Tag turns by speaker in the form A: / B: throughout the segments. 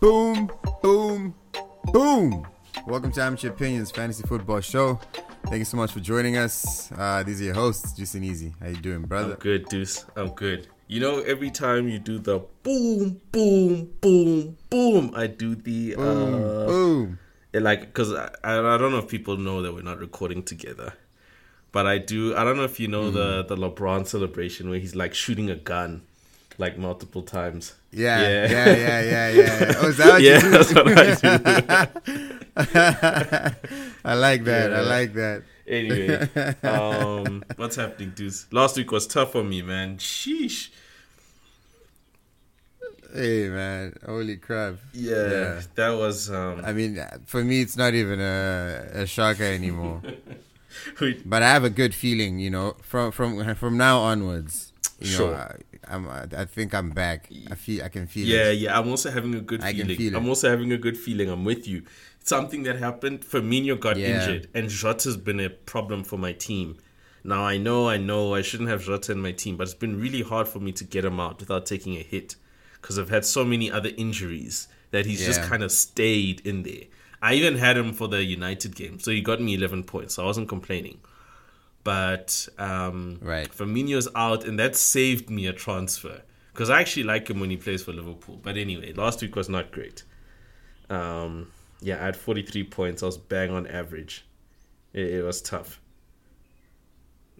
A: Boom, boom, boom. Welcome to Amateur Opinions Fantasy Football Show. Thank you so much for joining us. Uh, these are your hosts, Juice and Easy. How you doing,
B: I'm
A: brother?
B: good, Deuce. I'm good. You know, every time you do the boom, boom, boom, boom, I do the
A: Mm.
B: uh,
A: Boom.
B: it like because I, I I don't know if people know that we're not recording together, but I do. I don't know if you know the
A: Mm.
B: the LeBron celebration where he's like shooting a gun, like multiple times.
A: Yeah, yeah, yeah, yeah, yeah. yeah. Oh, is that what
B: yeah,
A: you do?
B: that's what I do.
A: I like that. I
B: Yeah.
A: like that.
B: anyway, um, what's happening, Deuce? Last week was tough for me, man. Sheesh.
A: Hey, man. Holy crap.
B: Yeah,
A: Yeah.
B: that was um.
A: I mean, uh, for me, it's not even a, a shocker anymore.
B: we-
A: but I have a good feeling, you know, from from from now onwards. You
B: Sure.
A: Know, I, I'm. I think I'm back. I feel. I can feel.
B: Yeah,
A: It.
B: yeah. I'm also having a good
A: I can
B: feeling.
A: feel it.
B: I'm also having a good feeling. I'm with you. Something that happened. Firmino got
A: Yeah.
B: injured, and Jota has been a problem for my team. Now I know, I know, I shouldn't have Jota in my team, but it's been really hard for me to get him out without taking a hit because I've had so many other injuries that he's just
A: Yeah.
B: kind of stayed in there. I even had him for the United game, so he got me 11 points. So I wasn't complaining. But um,
A: Right.
B: Firmino's out, and that saved me a transfer because I actually like him when he plays for Liverpool. But anyway, last week was not great. Um, yeah, I had 43 points. I was bang on average. It, it was tough.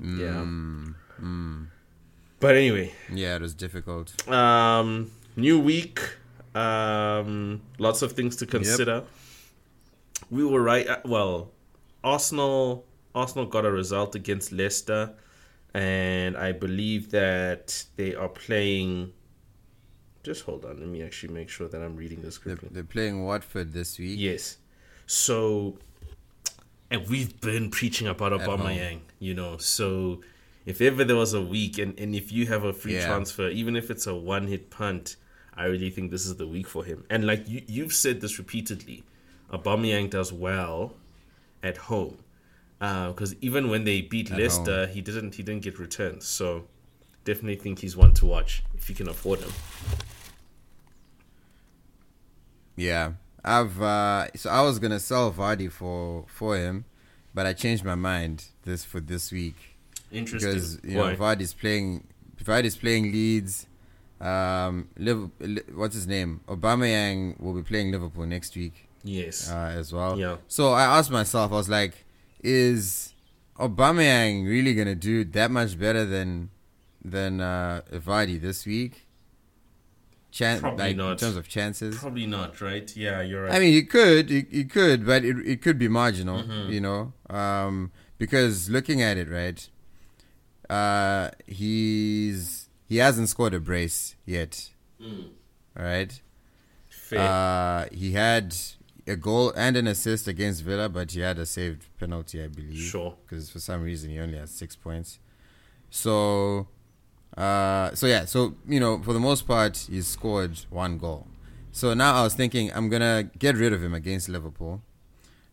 B: Yeah. But anyway,
A: Yeah. It was difficult.
B: um, new week, um, lots of things to consider. We were right. uh, Well, Arsenal Arsenal got a result against Leicester, and I believe that they are playing. Just hold on. Let me actually make sure that I'm reading this
A: They're,
B: correctly.
A: they're playing Watford this week.
B: Yes. So, and we've been preaching about Aubameyang, you know. So, if ever there was a week, and, and if you have a free
A: Yeah.
B: transfer, even if it's a one hit punt, I really think this is the week for him. And like you, you've said this repeatedly, Aubameyang does well at home because even when they beat Leicester, he didn't he didn't get returns. So, definitely think he's one to watch if you can afford him.
A: Yeah. I've uh so I was gonna sell Vardy for for him, but I changed my mind this for this week
B: Interesting.
A: because you
B: Why?
A: know Vardy's playing Vardy's playing Leeds. Um, Liv- Li- what's his name? Aubameyang will be playing Liverpool next week
B: yes.
A: uh, as well.
B: Yeah.
A: So I asked myself, I was like, is Aubameyang really gonna do that much better than than uh, Vardy this week? Chan-
B: Probably
A: like in
B: not.
A: terms of chances.
B: Probably not, right? Yeah, you're right.
A: I mean, he could, he, he could, but it, it could be marginal,
B: Mm-hmm.
A: you know, um, because looking at it, right, uh, he's he hasn't scored a brace yet,
B: Mm.
A: all right.
B: Fair.
A: Uh, he had a goal and an assist against Villa, but he had a saved penalty, I believe.
B: Sure.
A: Because for some reason he only has six points. So, uh, so yeah, so you know, for the most part, he's scored one goal. So now I was thinking I'm gonna get rid of him against Liverpool,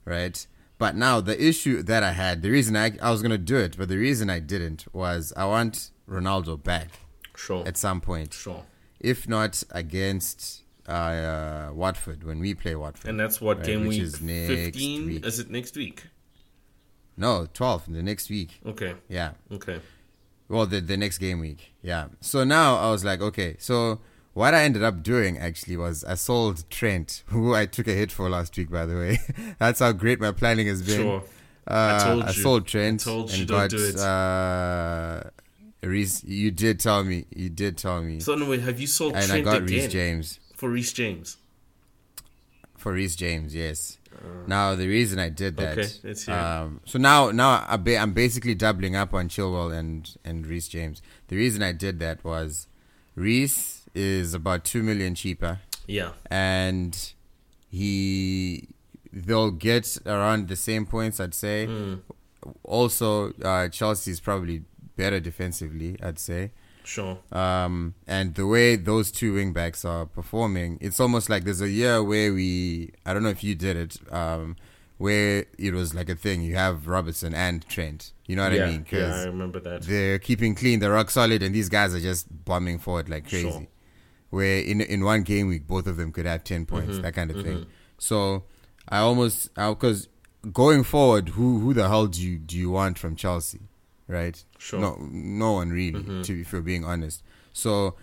A: right? But now the issue that I had, the reason I, I was gonna do it, but the reason I didn't was I want Ronaldo back
B: sure.
A: at some point
B: Sure.
A: if not against uh, uh, Watford when we play Watford.
B: And that's what
A: Right,
B: game
A: which
B: week
A: is next
B: 15
A: week.
B: is it next week?
A: no, 12 in the next week.
B: Okay.
A: Yeah.
B: Okay.
A: Well, the, the next game week. Yeah. So now I was like, okay. So what I ended up doing actually was I sold Trent, who I took a hit for last week, by the way. That's how great my planning has been.
B: Sure.
A: Uh, I,
B: told you.
A: sold Trent.
B: I told you
A: and
B: don't
A: got,
B: do it.
A: Uh, Reece, you did tell me. You did tell me.
B: So anyway, have you sold
A: and I
B: Trent
A: got Reese
B: again
A: James.
B: for Reese James?
A: for Reese James, yes. now the reason I did that,
B: Okay, let's hear it.
A: um, so now now I ba- I'm basically doubling up on Chilwell and and Reese James. The reason I did that was Reese is about two million cheaper,
B: Yeah.
A: and he they'll get around the same points, I'd say.
B: Hmm.
A: Also, uh, Chelsea's probably better defensively, I'd say.
B: Sure.
A: Um, and the way those two wingbacks are performing, it's almost like there's a year where we, I don't know if you did it, um, where it was like a thing. You have Robertson and Trent. You know what
B: yeah.
A: I mean?
B: yeah, I
A: Because
B: remember that.
A: they're keeping clean, they're rock solid, and these guys are just bombing forward like crazy.
B: Sure.
A: where in in one game week both of them could have ten points,
B: Mm-hmm,
A: that kind of thing. So I almost because going forward, who who the hell do you do you want from Chelsea, right?
B: Sure. Mm-hmm.
A: No, no one really. To if you're being honest, so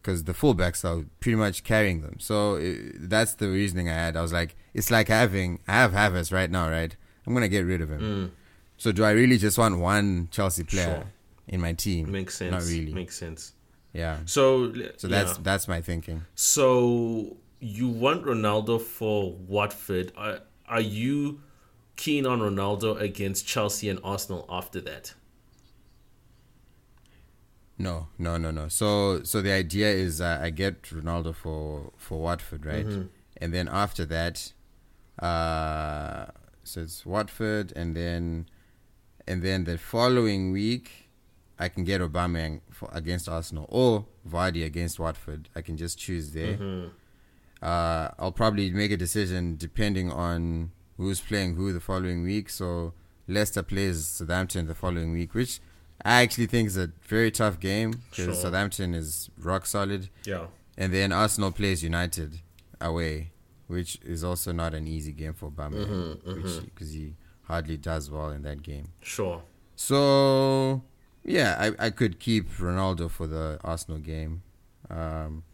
A: because the fullbacks are pretty much carrying them. So uh, that's the reasoning I had. I was like, it's like having I have Havertz right now, right? I'm gonna get rid of him. So do I really just want one Chelsea player
B: Mm. Sure.
A: in my team?
B: Makes sense.
A: Not really.
B: Makes sense.
A: yeah.
B: So
A: So that's
B: yeah.
A: that's my thinking.
B: so you want Ronaldo for Watford? Are, are you keen on Ronaldo against Chelsea and Arsenal after that?
A: No, no, no, no. So, so the idea is uh, I get Ronaldo for for Watford, right?
B: Mm-hmm.
A: And then after that, uh, so it's Watford, and then and then the following week, I can get Aubameyang for, against Arsenal or Vardy against Watford. I can just choose there. Uh, I'll probably make a decision depending on who's playing who the following week. So Leicester plays Southampton the following week, which I actually think is a very tough game because
B: Sure.
A: Southampton is rock solid.
B: Yeah.
A: And then Arsenal plays United away, which is also not an easy game for Aubameyang,
B: Mm-hmm,
A: because he hardly does well in that game.
B: Sure.
A: So yeah, I, I could keep Ronaldo for the Arsenal game. Um,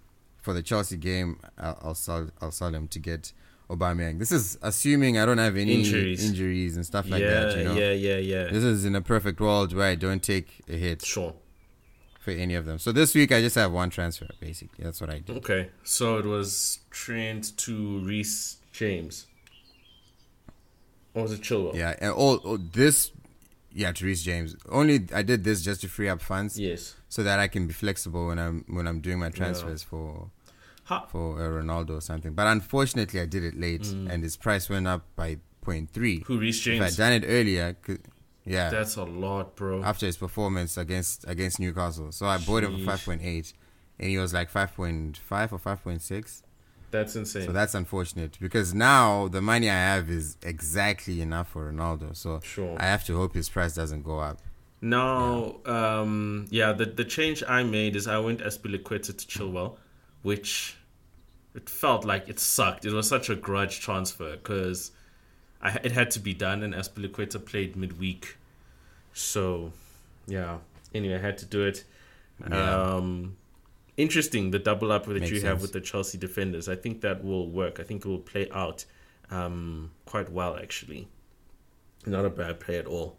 A: for the Chelsea game, I'll, I'll sell I'll sell him to get Aubameyang. This is assuming I don't have any
B: Injuries.
A: injuries, and stuff like
B: yeah,
A: that. You know,
B: yeah. Yeah. Yeah.
A: this is in a perfect world where I don't take a hit
B: Sure.
A: for any of them. So this week I just have one transfer basically. That's what I did.
B: Okay. So it was Trent to Reese James, or was it Chilwell?
A: Yeah, and all, all this. Yeah, Therese James. Only I did this just to free up funds
B: Yes.
A: so that I can be flexible when I'm when I'm doing my transfers for
B: How,
A: for uh, Ronaldo or something. But unfortunately, I did it late, and his price went up by 0.3.
B: Mm. who Reese
A: If I'd
B: James?
A: done it earlier, c- yeah,
B: That's a lot, bro.
A: after his performance against against Newcastle, so I bought him
B: Sheesh.
A: for 5.8, and he was like 5.5 or 5.6.
B: That's insane.
A: So that's unfortunate because now the money I have is exactly enough for Ronaldo. So
B: Sure.
A: I have to hope his price doesn't go up.
B: No, yeah. um, yeah. The the change I made is I went Aspilicueta to Chilwell, which it felt like it sucked. It was such a grudge transfer because it had to be done, and Aspilicueta played midweek, so yeah. Anyway, I had to do it.
A: Yeah.
B: Um, interesting the double up that
A: Makes
B: you have
A: sense.
B: with the Chelsea defenders. I think that will work. I think it will play out um, quite well actually. Not a bad play at all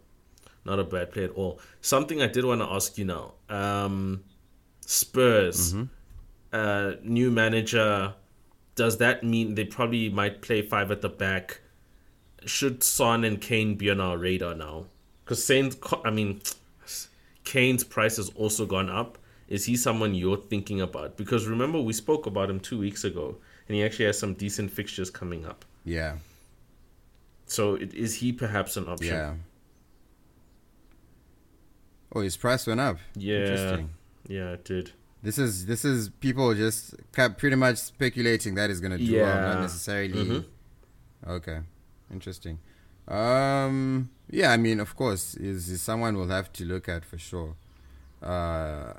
B: not a bad play at all. Something I did want to ask you now. Um, Spurs,
A: Mm-hmm.
B: uh, new manager. Does that mean they probably might play five at the back? Should Son and Kane be on our radar now? Because Sane's, co- I mean, Kane's price has also gone up. Is he someone you're thinking about? Because remember we spoke about him two weeks ago, and he actually has some decent fixtures coming up.
A: Yeah,
B: So it, is he perhaps an option?
A: yeah. Oh, his price went up.
B: yeah,
A: Interesting.
B: yeah, it did.
A: This is this is people just ca- pretty much speculating that is going to do well,
B: Yeah.
A: not necessarily. Okay, interesting. Um, yeah, I mean, of course, is, is someone we'll have to look at for sure. Uh,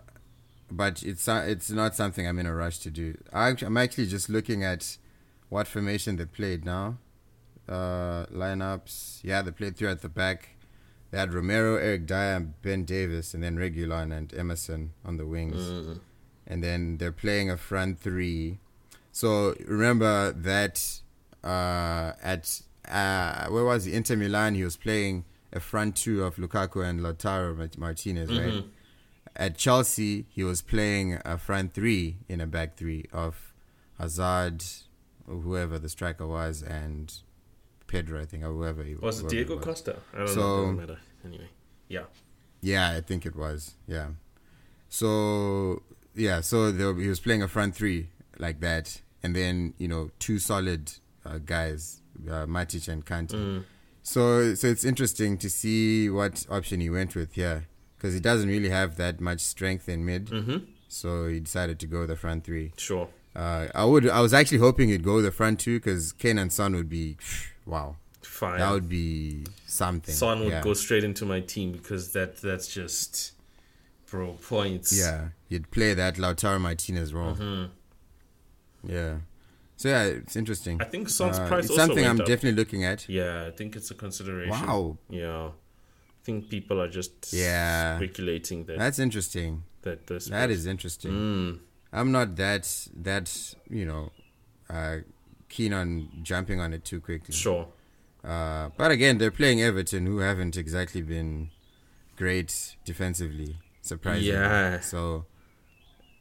A: but it's so- it's not something I'm in a rush to do. I, act- I'm actually just looking at what formation they played now. Uh, lineups. Yeah, they played three at the back. They had Romero, Eric Dyer, Ben Davis, and then Regulon and Emerson on the wings.
B: Mm.
A: And then they're playing a front three. So remember that uh, at uh, where was he? Inter Milan. He was playing a front two of Lukaku and Lautaro Mart- Martinez,
B: Mm-hmm.
A: right? At Chelsea, he was playing a front three in a back three of Hazard, whoever the striker was, and Pedro, I think, or whoever he
B: Was it
A: whoever
B: Diego
A: was.
B: Costa? I don't know.
A: So-
B: Doesn't matter. Anyway, yeah.
A: Yeah, I think it was. Yeah. So yeah, so there, he was playing a front three like that, and then you know two solid uh, guys, uh, Matic and Kante.
B: Mm.
A: So so it's interesting to see what option he went with here because he doesn't really have that much strength in mid.
B: Mm-hmm.
A: So he decided to go with the front three.
B: Sure.
A: Uh, I would. I was actually hoping he'd go with the front two because Kane and Son would be, wow,
B: Fine.
A: that would be something.
B: Son would
A: Yeah.
B: go straight into my team because that that's just bro points.
A: Yeah, you'd play that Lautaro Martinez role. Yeah. So yeah, it's interesting.
B: Mm-hmm.
A: Uh,
B: I think Son's price
A: it's
B: also
A: something
B: went
A: I'm
B: up.
A: definitely looking at.
B: Yeah, I think it's a consideration.
A: Wow.
B: Yeah. I think people are just
A: Yeah.
B: speculating that
A: That's interesting.
B: that this
A: That is interesting.
B: Mm.
A: I'm not that that you know uh, keen on jumping on it too quickly.
B: sure.
A: Uh, but again, they're playing Everton, who haven't exactly been great defensively, surprisingly.
B: Yeah.
A: So,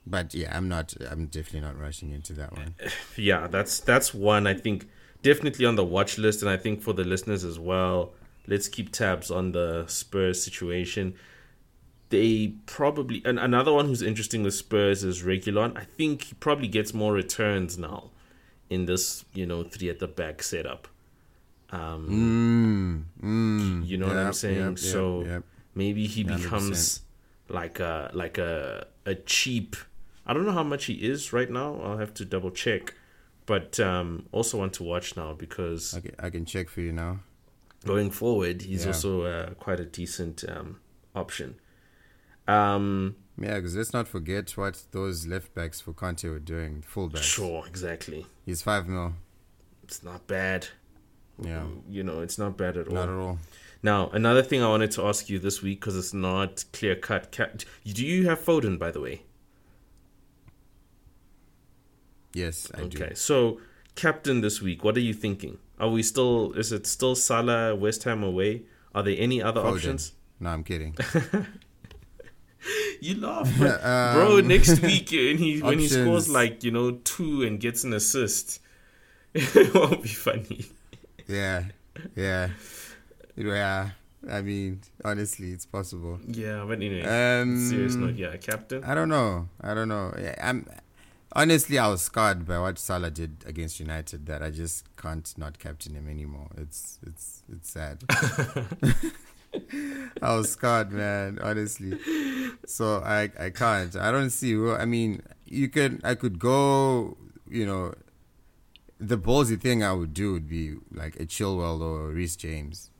A: but yeah, I'm not. I'm definitely not rushing into that one.
B: Yeah, that's that's one I think definitely on the watch list and I think for the listeners as well, let's keep tabs on the Spurs situation. They probably and another one who's interesting with Spurs is Regulon. I think he probably gets more returns now in this, you know, three at the back setup.
A: Mm,
B: You know what I'm
A: yep,
B: saying?
A: yep, yep,
B: so
A: yep.
B: maybe he becomes like a like a a cheap. I don't know how much he is right now. I'll have to double check. But um, also want to watch now because
A: Okay, I can check for you now.
B: going forward, he's
A: Yeah.
B: also uh, quite a decent um, option. Um,
A: Yeah, because let's not forget what those left backs for Conte were doing. Fullbacks.
B: sure, exactly.
A: He's five mil.
B: It's not bad.
A: Yeah.
B: You know, it's not bad at all.
A: Not at all.
B: Now, another thing I wanted to ask you this week because it's not clear cut. Ca- Do you have Foden, by the way?
A: Yes, I do.
B: Okay, so captain this week, what are you thinking? Are we still? Is it still Salah, West Ham away? Are there any other
A: Foden.
B: options?
A: No, I'm kidding.
B: Eh,
A: Um,
B: You laugh, but, bro. Next week, eh, when he when he scores
A: Options.
B: like you know two and gets an assist, it won't be funny.
A: yeah, yeah, yeah. I mean, honestly, it's possible.
B: Yeah, but anyway,
A: Um,
B: serious note, yeah, captain.
A: I don't know. I don't know. Yeah, I'm honestly, I was scarred by what Salah did against United. That I just can't not captain him anymore. It's it's it's sad. I was scarred, man. Honestly, so I I can't. I don't see who. I mean, you could. I could go. You know, the ballsy thing I would do would be like a Chilwell or Reece James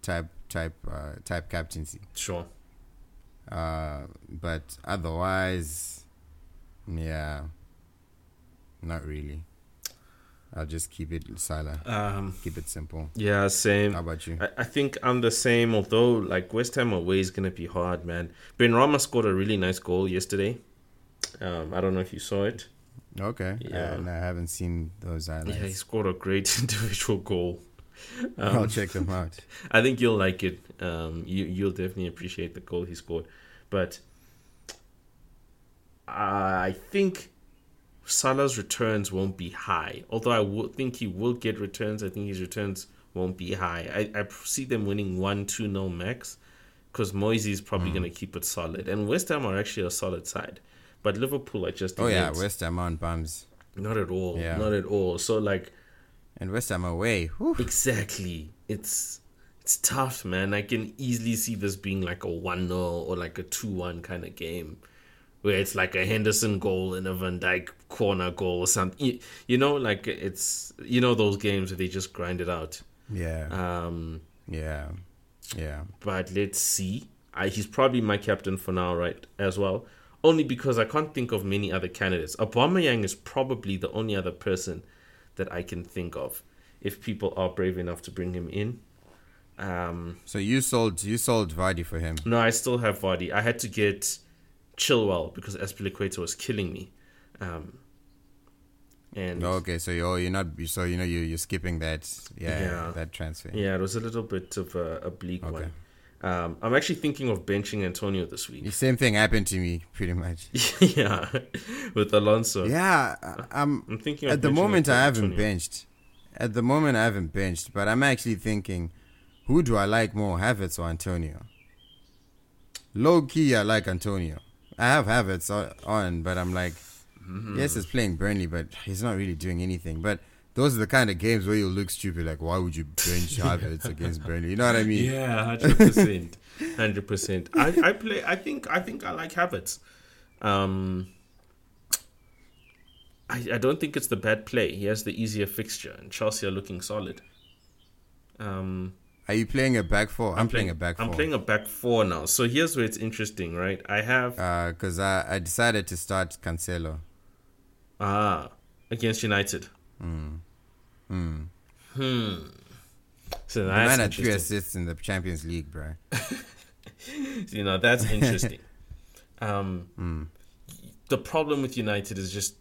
A: type type uh, type captaincy.
B: Sure.
A: Uh, but otherwise, yeah, not really. I'll just keep it Salah.
B: Um,
A: Keep it simple.
B: yeah, same.
A: How about you?
B: I, I think I'm the same, although like West Ham away is gonna be hard, man. Ben Rama scored a really nice goal yesterday. Um, I don't know if you saw it.
A: Okay.
B: Yeah.
A: Yeah. I haven't seen those highlights.
B: Yeah, he scored a great individual goal.
A: I'll check them out.
B: I think you'll like it. Um, you you'll definitely appreciate the goal he scored. But I think Salah's returns won't be high. Although I will think he will get returns, I think his returns won't be high. I, I see them winning one two no max because Moise is
A: Mm.
B: probably going to keep it solid, and West Ham are actually a solid side. But Liverpool are just
A: Oh yeah,
B: idiots.
A: West Ham on bums
B: not at all,
A: Yeah.
B: not at all. So like
A: and West Ham away. Whew.
B: Exactly. It's it's tough, man. I can easily see this being like a 1-0 or like a 2-1 kind of game where it's like a Henderson goal and a Van Dyke corner goal or something. You, you know, like it's you know those games where they just grind it out.
A: Yeah,
B: Um
A: yeah, yeah.
B: but let's see. I, he's probably my captain for now, right? As well, only because I can't think of many other candidates. Aubameyang is probably the only other person that I can think of, if people are brave enough to bring him in. Um,
A: So you sold you sold Vardy for him.
B: no, I still have Vardy. I had to get Chilwell because Equator was killing me, um, and
A: Okay, so you're you're not so you know you you're skipping that yeah,
B: Yeah.
A: that transfer.
B: yeah, it was a little bit of a, a bleak
A: Okay.
B: one. Um, I'm actually thinking of benching Antonio this
A: The
B: week.
A: same thing happened to me pretty much.
B: yeah, with Alonso.
A: Yeah, I- I'm
B: I'm thinking of
A: at the
B: benching
A: moment
B: Antonio.
A: I haven't benched. At the moment I haven't benched, but I'm actually thinking, who do I like more, Havertz or Antonio? Low key, I like Antonio. I have Havertz o- on, but I'm like,
B: Mm-hmm.
A: yes, he's playing Burnley, but he's not really doing anything. But those are the kind of games where you look stupid, like why would you bench Havertz against Burnley? You know what I mean?
B: Yeah, hundred percent, hundred percent. I I play. I think I think I like Havertz. Um, I I don't think it's the bad play. He has the easier fixture, and Chelsea are looking solid. Um,
A: Are you playing a back four? am playing, a back
B: I'm
A: four.
B: playing a back four now. So here's where it's interesting,
A: Uh.
B: right? I have
A: because I, I decided to start Cancelo.
B: ah against United. Hmm. So
A: Hmm. The
B: that's
A: man had three
B: interesting.
A: assists in the Champions League, bro.
B: You know, that's interesting. um, The problem with United is just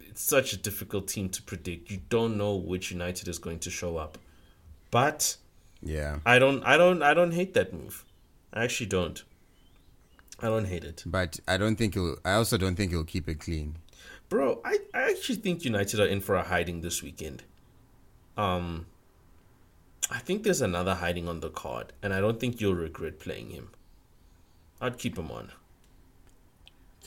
B: it's such a difficult team to predict. You don't know which United is going to show up. But
A: Yeah,
B: I don't, I don't, I don't hate that move. I actually don't. I don't hate it,
A: but I don't think he'll. I also don't think he'll keep it clean.
B: bro. I, I actually think United are in for a hiding this weekend. Um, I think there's another hiding on the card, and I don't think you'll regret playing him. I'd keep him on.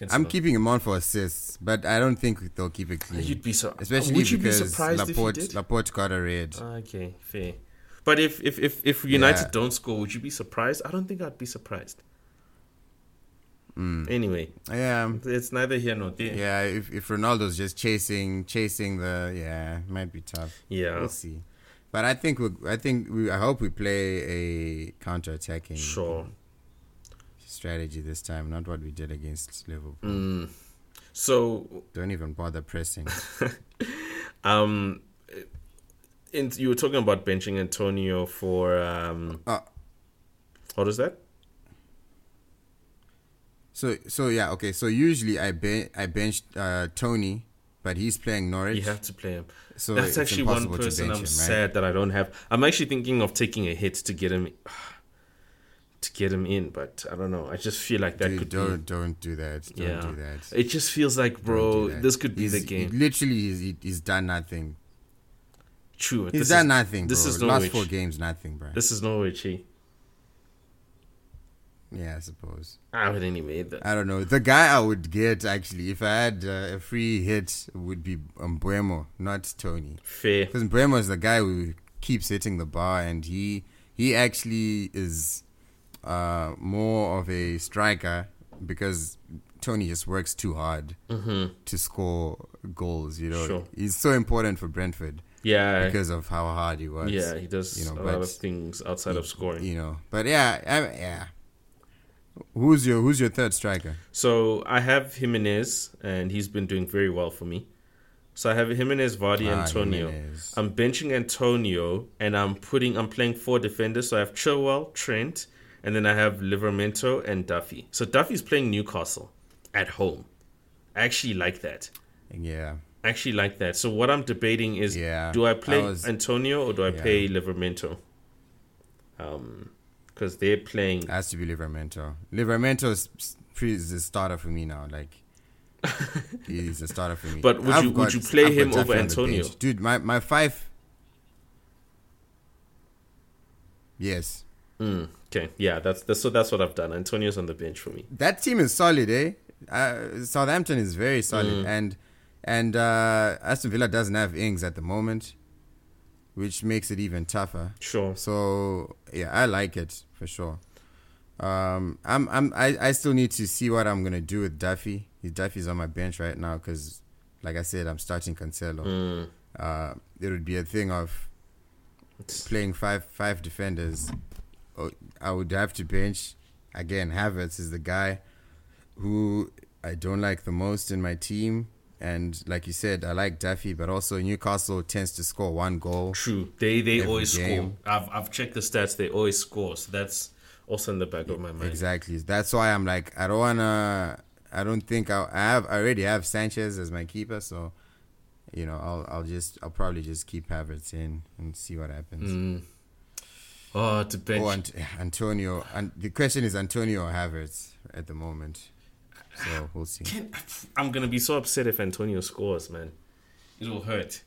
A: I'm
B: Cancelo.
A: keeping him on for assists, but I don't think they'll keep it clean.
B: You'd be sur-
A: Mm. Especially
B: Would you be
A: because
B: surprised if you
A: Laporte
B: did? Uh, Ah,
A: Laporte got a red.
B: Okay, fair. But if if if, if United
A: Yeah.
B: don't score, would you be surprised? I don't think I'd be surprised. Anyway,
A: yeah,
B: it's neither here nor there.
A: Mm. yeah. If if Ronaldo's just chasing chasing the yeah, it might be tough.
B: Yeah.
A: we'll see. But I think we I think we I hope we play a counter attacking
B: Sure.
A: strategy this time, not what we did against Liverpool.
B: Mm. So,
A: Don't even bother pressing.
B: um, in, you were talking about benching Antonio for um,
A: Uh,
B: what is that?
A: So so yeah okay. So usually I ben- I benched uh, Tony, but he's playing Norwich.
B: You have to play him.
A: So
B: That's
A: it's
B: actually one
A: impossible to
B: person I'm
A: bench him, right?
B: sad that I don't have. I'm actually thinking of taking a hit to get him to get him in, but I don't know. I just feel like that
A: Dude,
B: could be
A: don't don't do that. Don't
B: yeah.
A: do that.
B: It just feels like,
A: Don't do
B: bro,
A: that.
B: this could be
A: He's-
B: the game.
A: He, literally, he's, he's done nothing.
B: True.
A: He's
B: this
A: done
B: is,
A: nothing.
B: this
A: bro.
B: is
A: last
B: Norwich.
A: four games, nothing, bro.
B: This is Norwich. eh?
A: yeah, I suppose.
B: Ah, but anyway, the,
A: I don't know. The guy I would get actually, if I had uh, a free hit, would be Mbuemo, not Tony.
B: fair.
A: Because Mbremo is the guy who keeps hitting the bar, and he he actually is uh, more of a striker because Tony just works too hard to score goals. You know,
B: Mm-hmm. Sure.
A: he's so important for Brentford
B: Yeah.
A: because of how hard he works.
B: yeah, he does
A: you know,
B: a
A: but-
B: lot of things outside of scoring.
A: you know. But yeah, I, yeah. Who's your Who's your third striker?
B: So I have Jimenez, and he's been doing very well for me. So I have Jimenez, Vardy,
A: Ah,
B: Antonio.
A: Jimenez.
B: I'm benching Antonio, and I'm putting I'm playing four defenders. So I have Chilwell, Trent, and then I have Livermento and Duffy. So Duffy's playing Newcastle at home. I actually like that.
A: Yeah,
B: I actually like that. So what I'm debating is,
A: Yeah,
B: do I play
A: I was-
B: Antonio or do I
A: yeah.
B: play Livermento? Um, because they're playing.
A: it has to be Livramento. Livramento is, is the starter for me now. Like. he's a starter for me.
B: But would
A: I've
B: you- would you play
A: I've got
B: him over
A: Duffy on the
B: Antonio?
A: bench. Dude, my, my five. Yes,
B: Mm, okay, yeah, that's, that's so. That's what I've done. Antonio's on the bench for me.
A: that team is solid, eh? Uh, Southampton is very solid,
B: Mm.
A: and and uh, Aston Villa doesn't have Ings at the moment, which makes it even tougher.
B: Sure.
A: So yeah, I like it for sure. Um, I'm I'm I, I still need to see what I'm gonna do with Duffy. Duffy's on my bench right now because, like I said, I'm starting Cancelo. Uh, it would be a thing of playing five five defenders. Oh, I would have to bench again. Havertz is the guy who I don't like the most in my team. And like you said, I like Duffy, but also Newcastle tends to score one goal.
B: True. They they
A: Every
B: always score.
A: game.
B: I've I've checked the stats. They always score. So that's also in the back of my mind.
A: Exactly. That's why I'm like, I don't wanna. I don't think I'll, I have. I already have Sanchez as my keeper, so you know, I'll I'll just I'll probably just keep Havertz in and see what happens.
B: Mm. Oh, to bench.
A: Oh, and Antonio. And the question is Antonio or Havertz at the moment. So we'll see.
B: Can- I'm gonna be so upset if Antonio scores, man. It will hurt.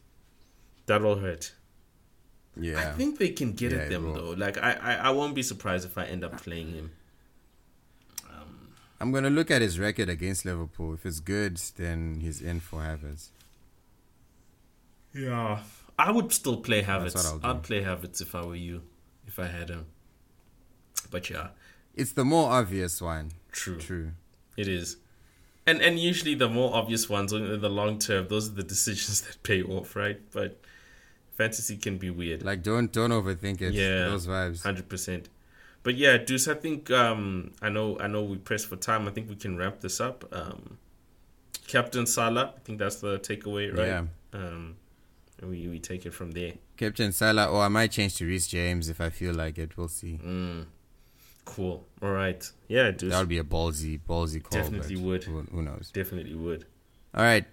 B: That will hurt. I
A: Yeah.
B: think they can get
A: Yeah,
B: at
A: it
B: them
A: will.
B: though. Like I, I, I won't be surprised if I end up playing him.
A: I'm gonna look at his record against Liverpool. If it's good, then he's in for Havertz.
B: Yeah. I would still play
A: what
B: Havertz.
A: I'll do.
B: I'd play Havertz if I were you, if I had him. But yeah,
A: It's the more obvious one.
B: true,
A: True.
B: it is. And and usually the more obvious ones in the long term, those are the decisions that pay off, right? But fantasy can be weird.
A: Like don't don't overthink it.
B: Yeah.
A: Those vibes.
B: Hundred percent. But yeah, Deuce, I think um, I know I know we pressed for time. I think we can wrap this up. Um, Captain Salah, I think that's the takeaway, right?
A: Yeah.
B: Um, and we, we take it from there.
A: Captain Salah, or I might change to Reese James if I feel like it. We'll see.
B: Mm. Cool. All right. Yeah, dude.
A: That would be a ballsy, ballsy call.
B: Definitely
A: but
B: would.
A: Who, who knows?
B: Definitely would.
A: All right.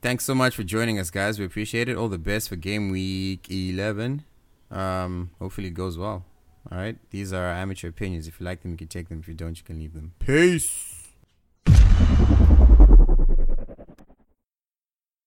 A: Thanks so much for joining us, guys. We appreciate it. All the best for game week 11. Um, hopefully it goes well. All right. These are our amateur opinions. If you like them, you can take them. If you don't, you can leave them. Peace.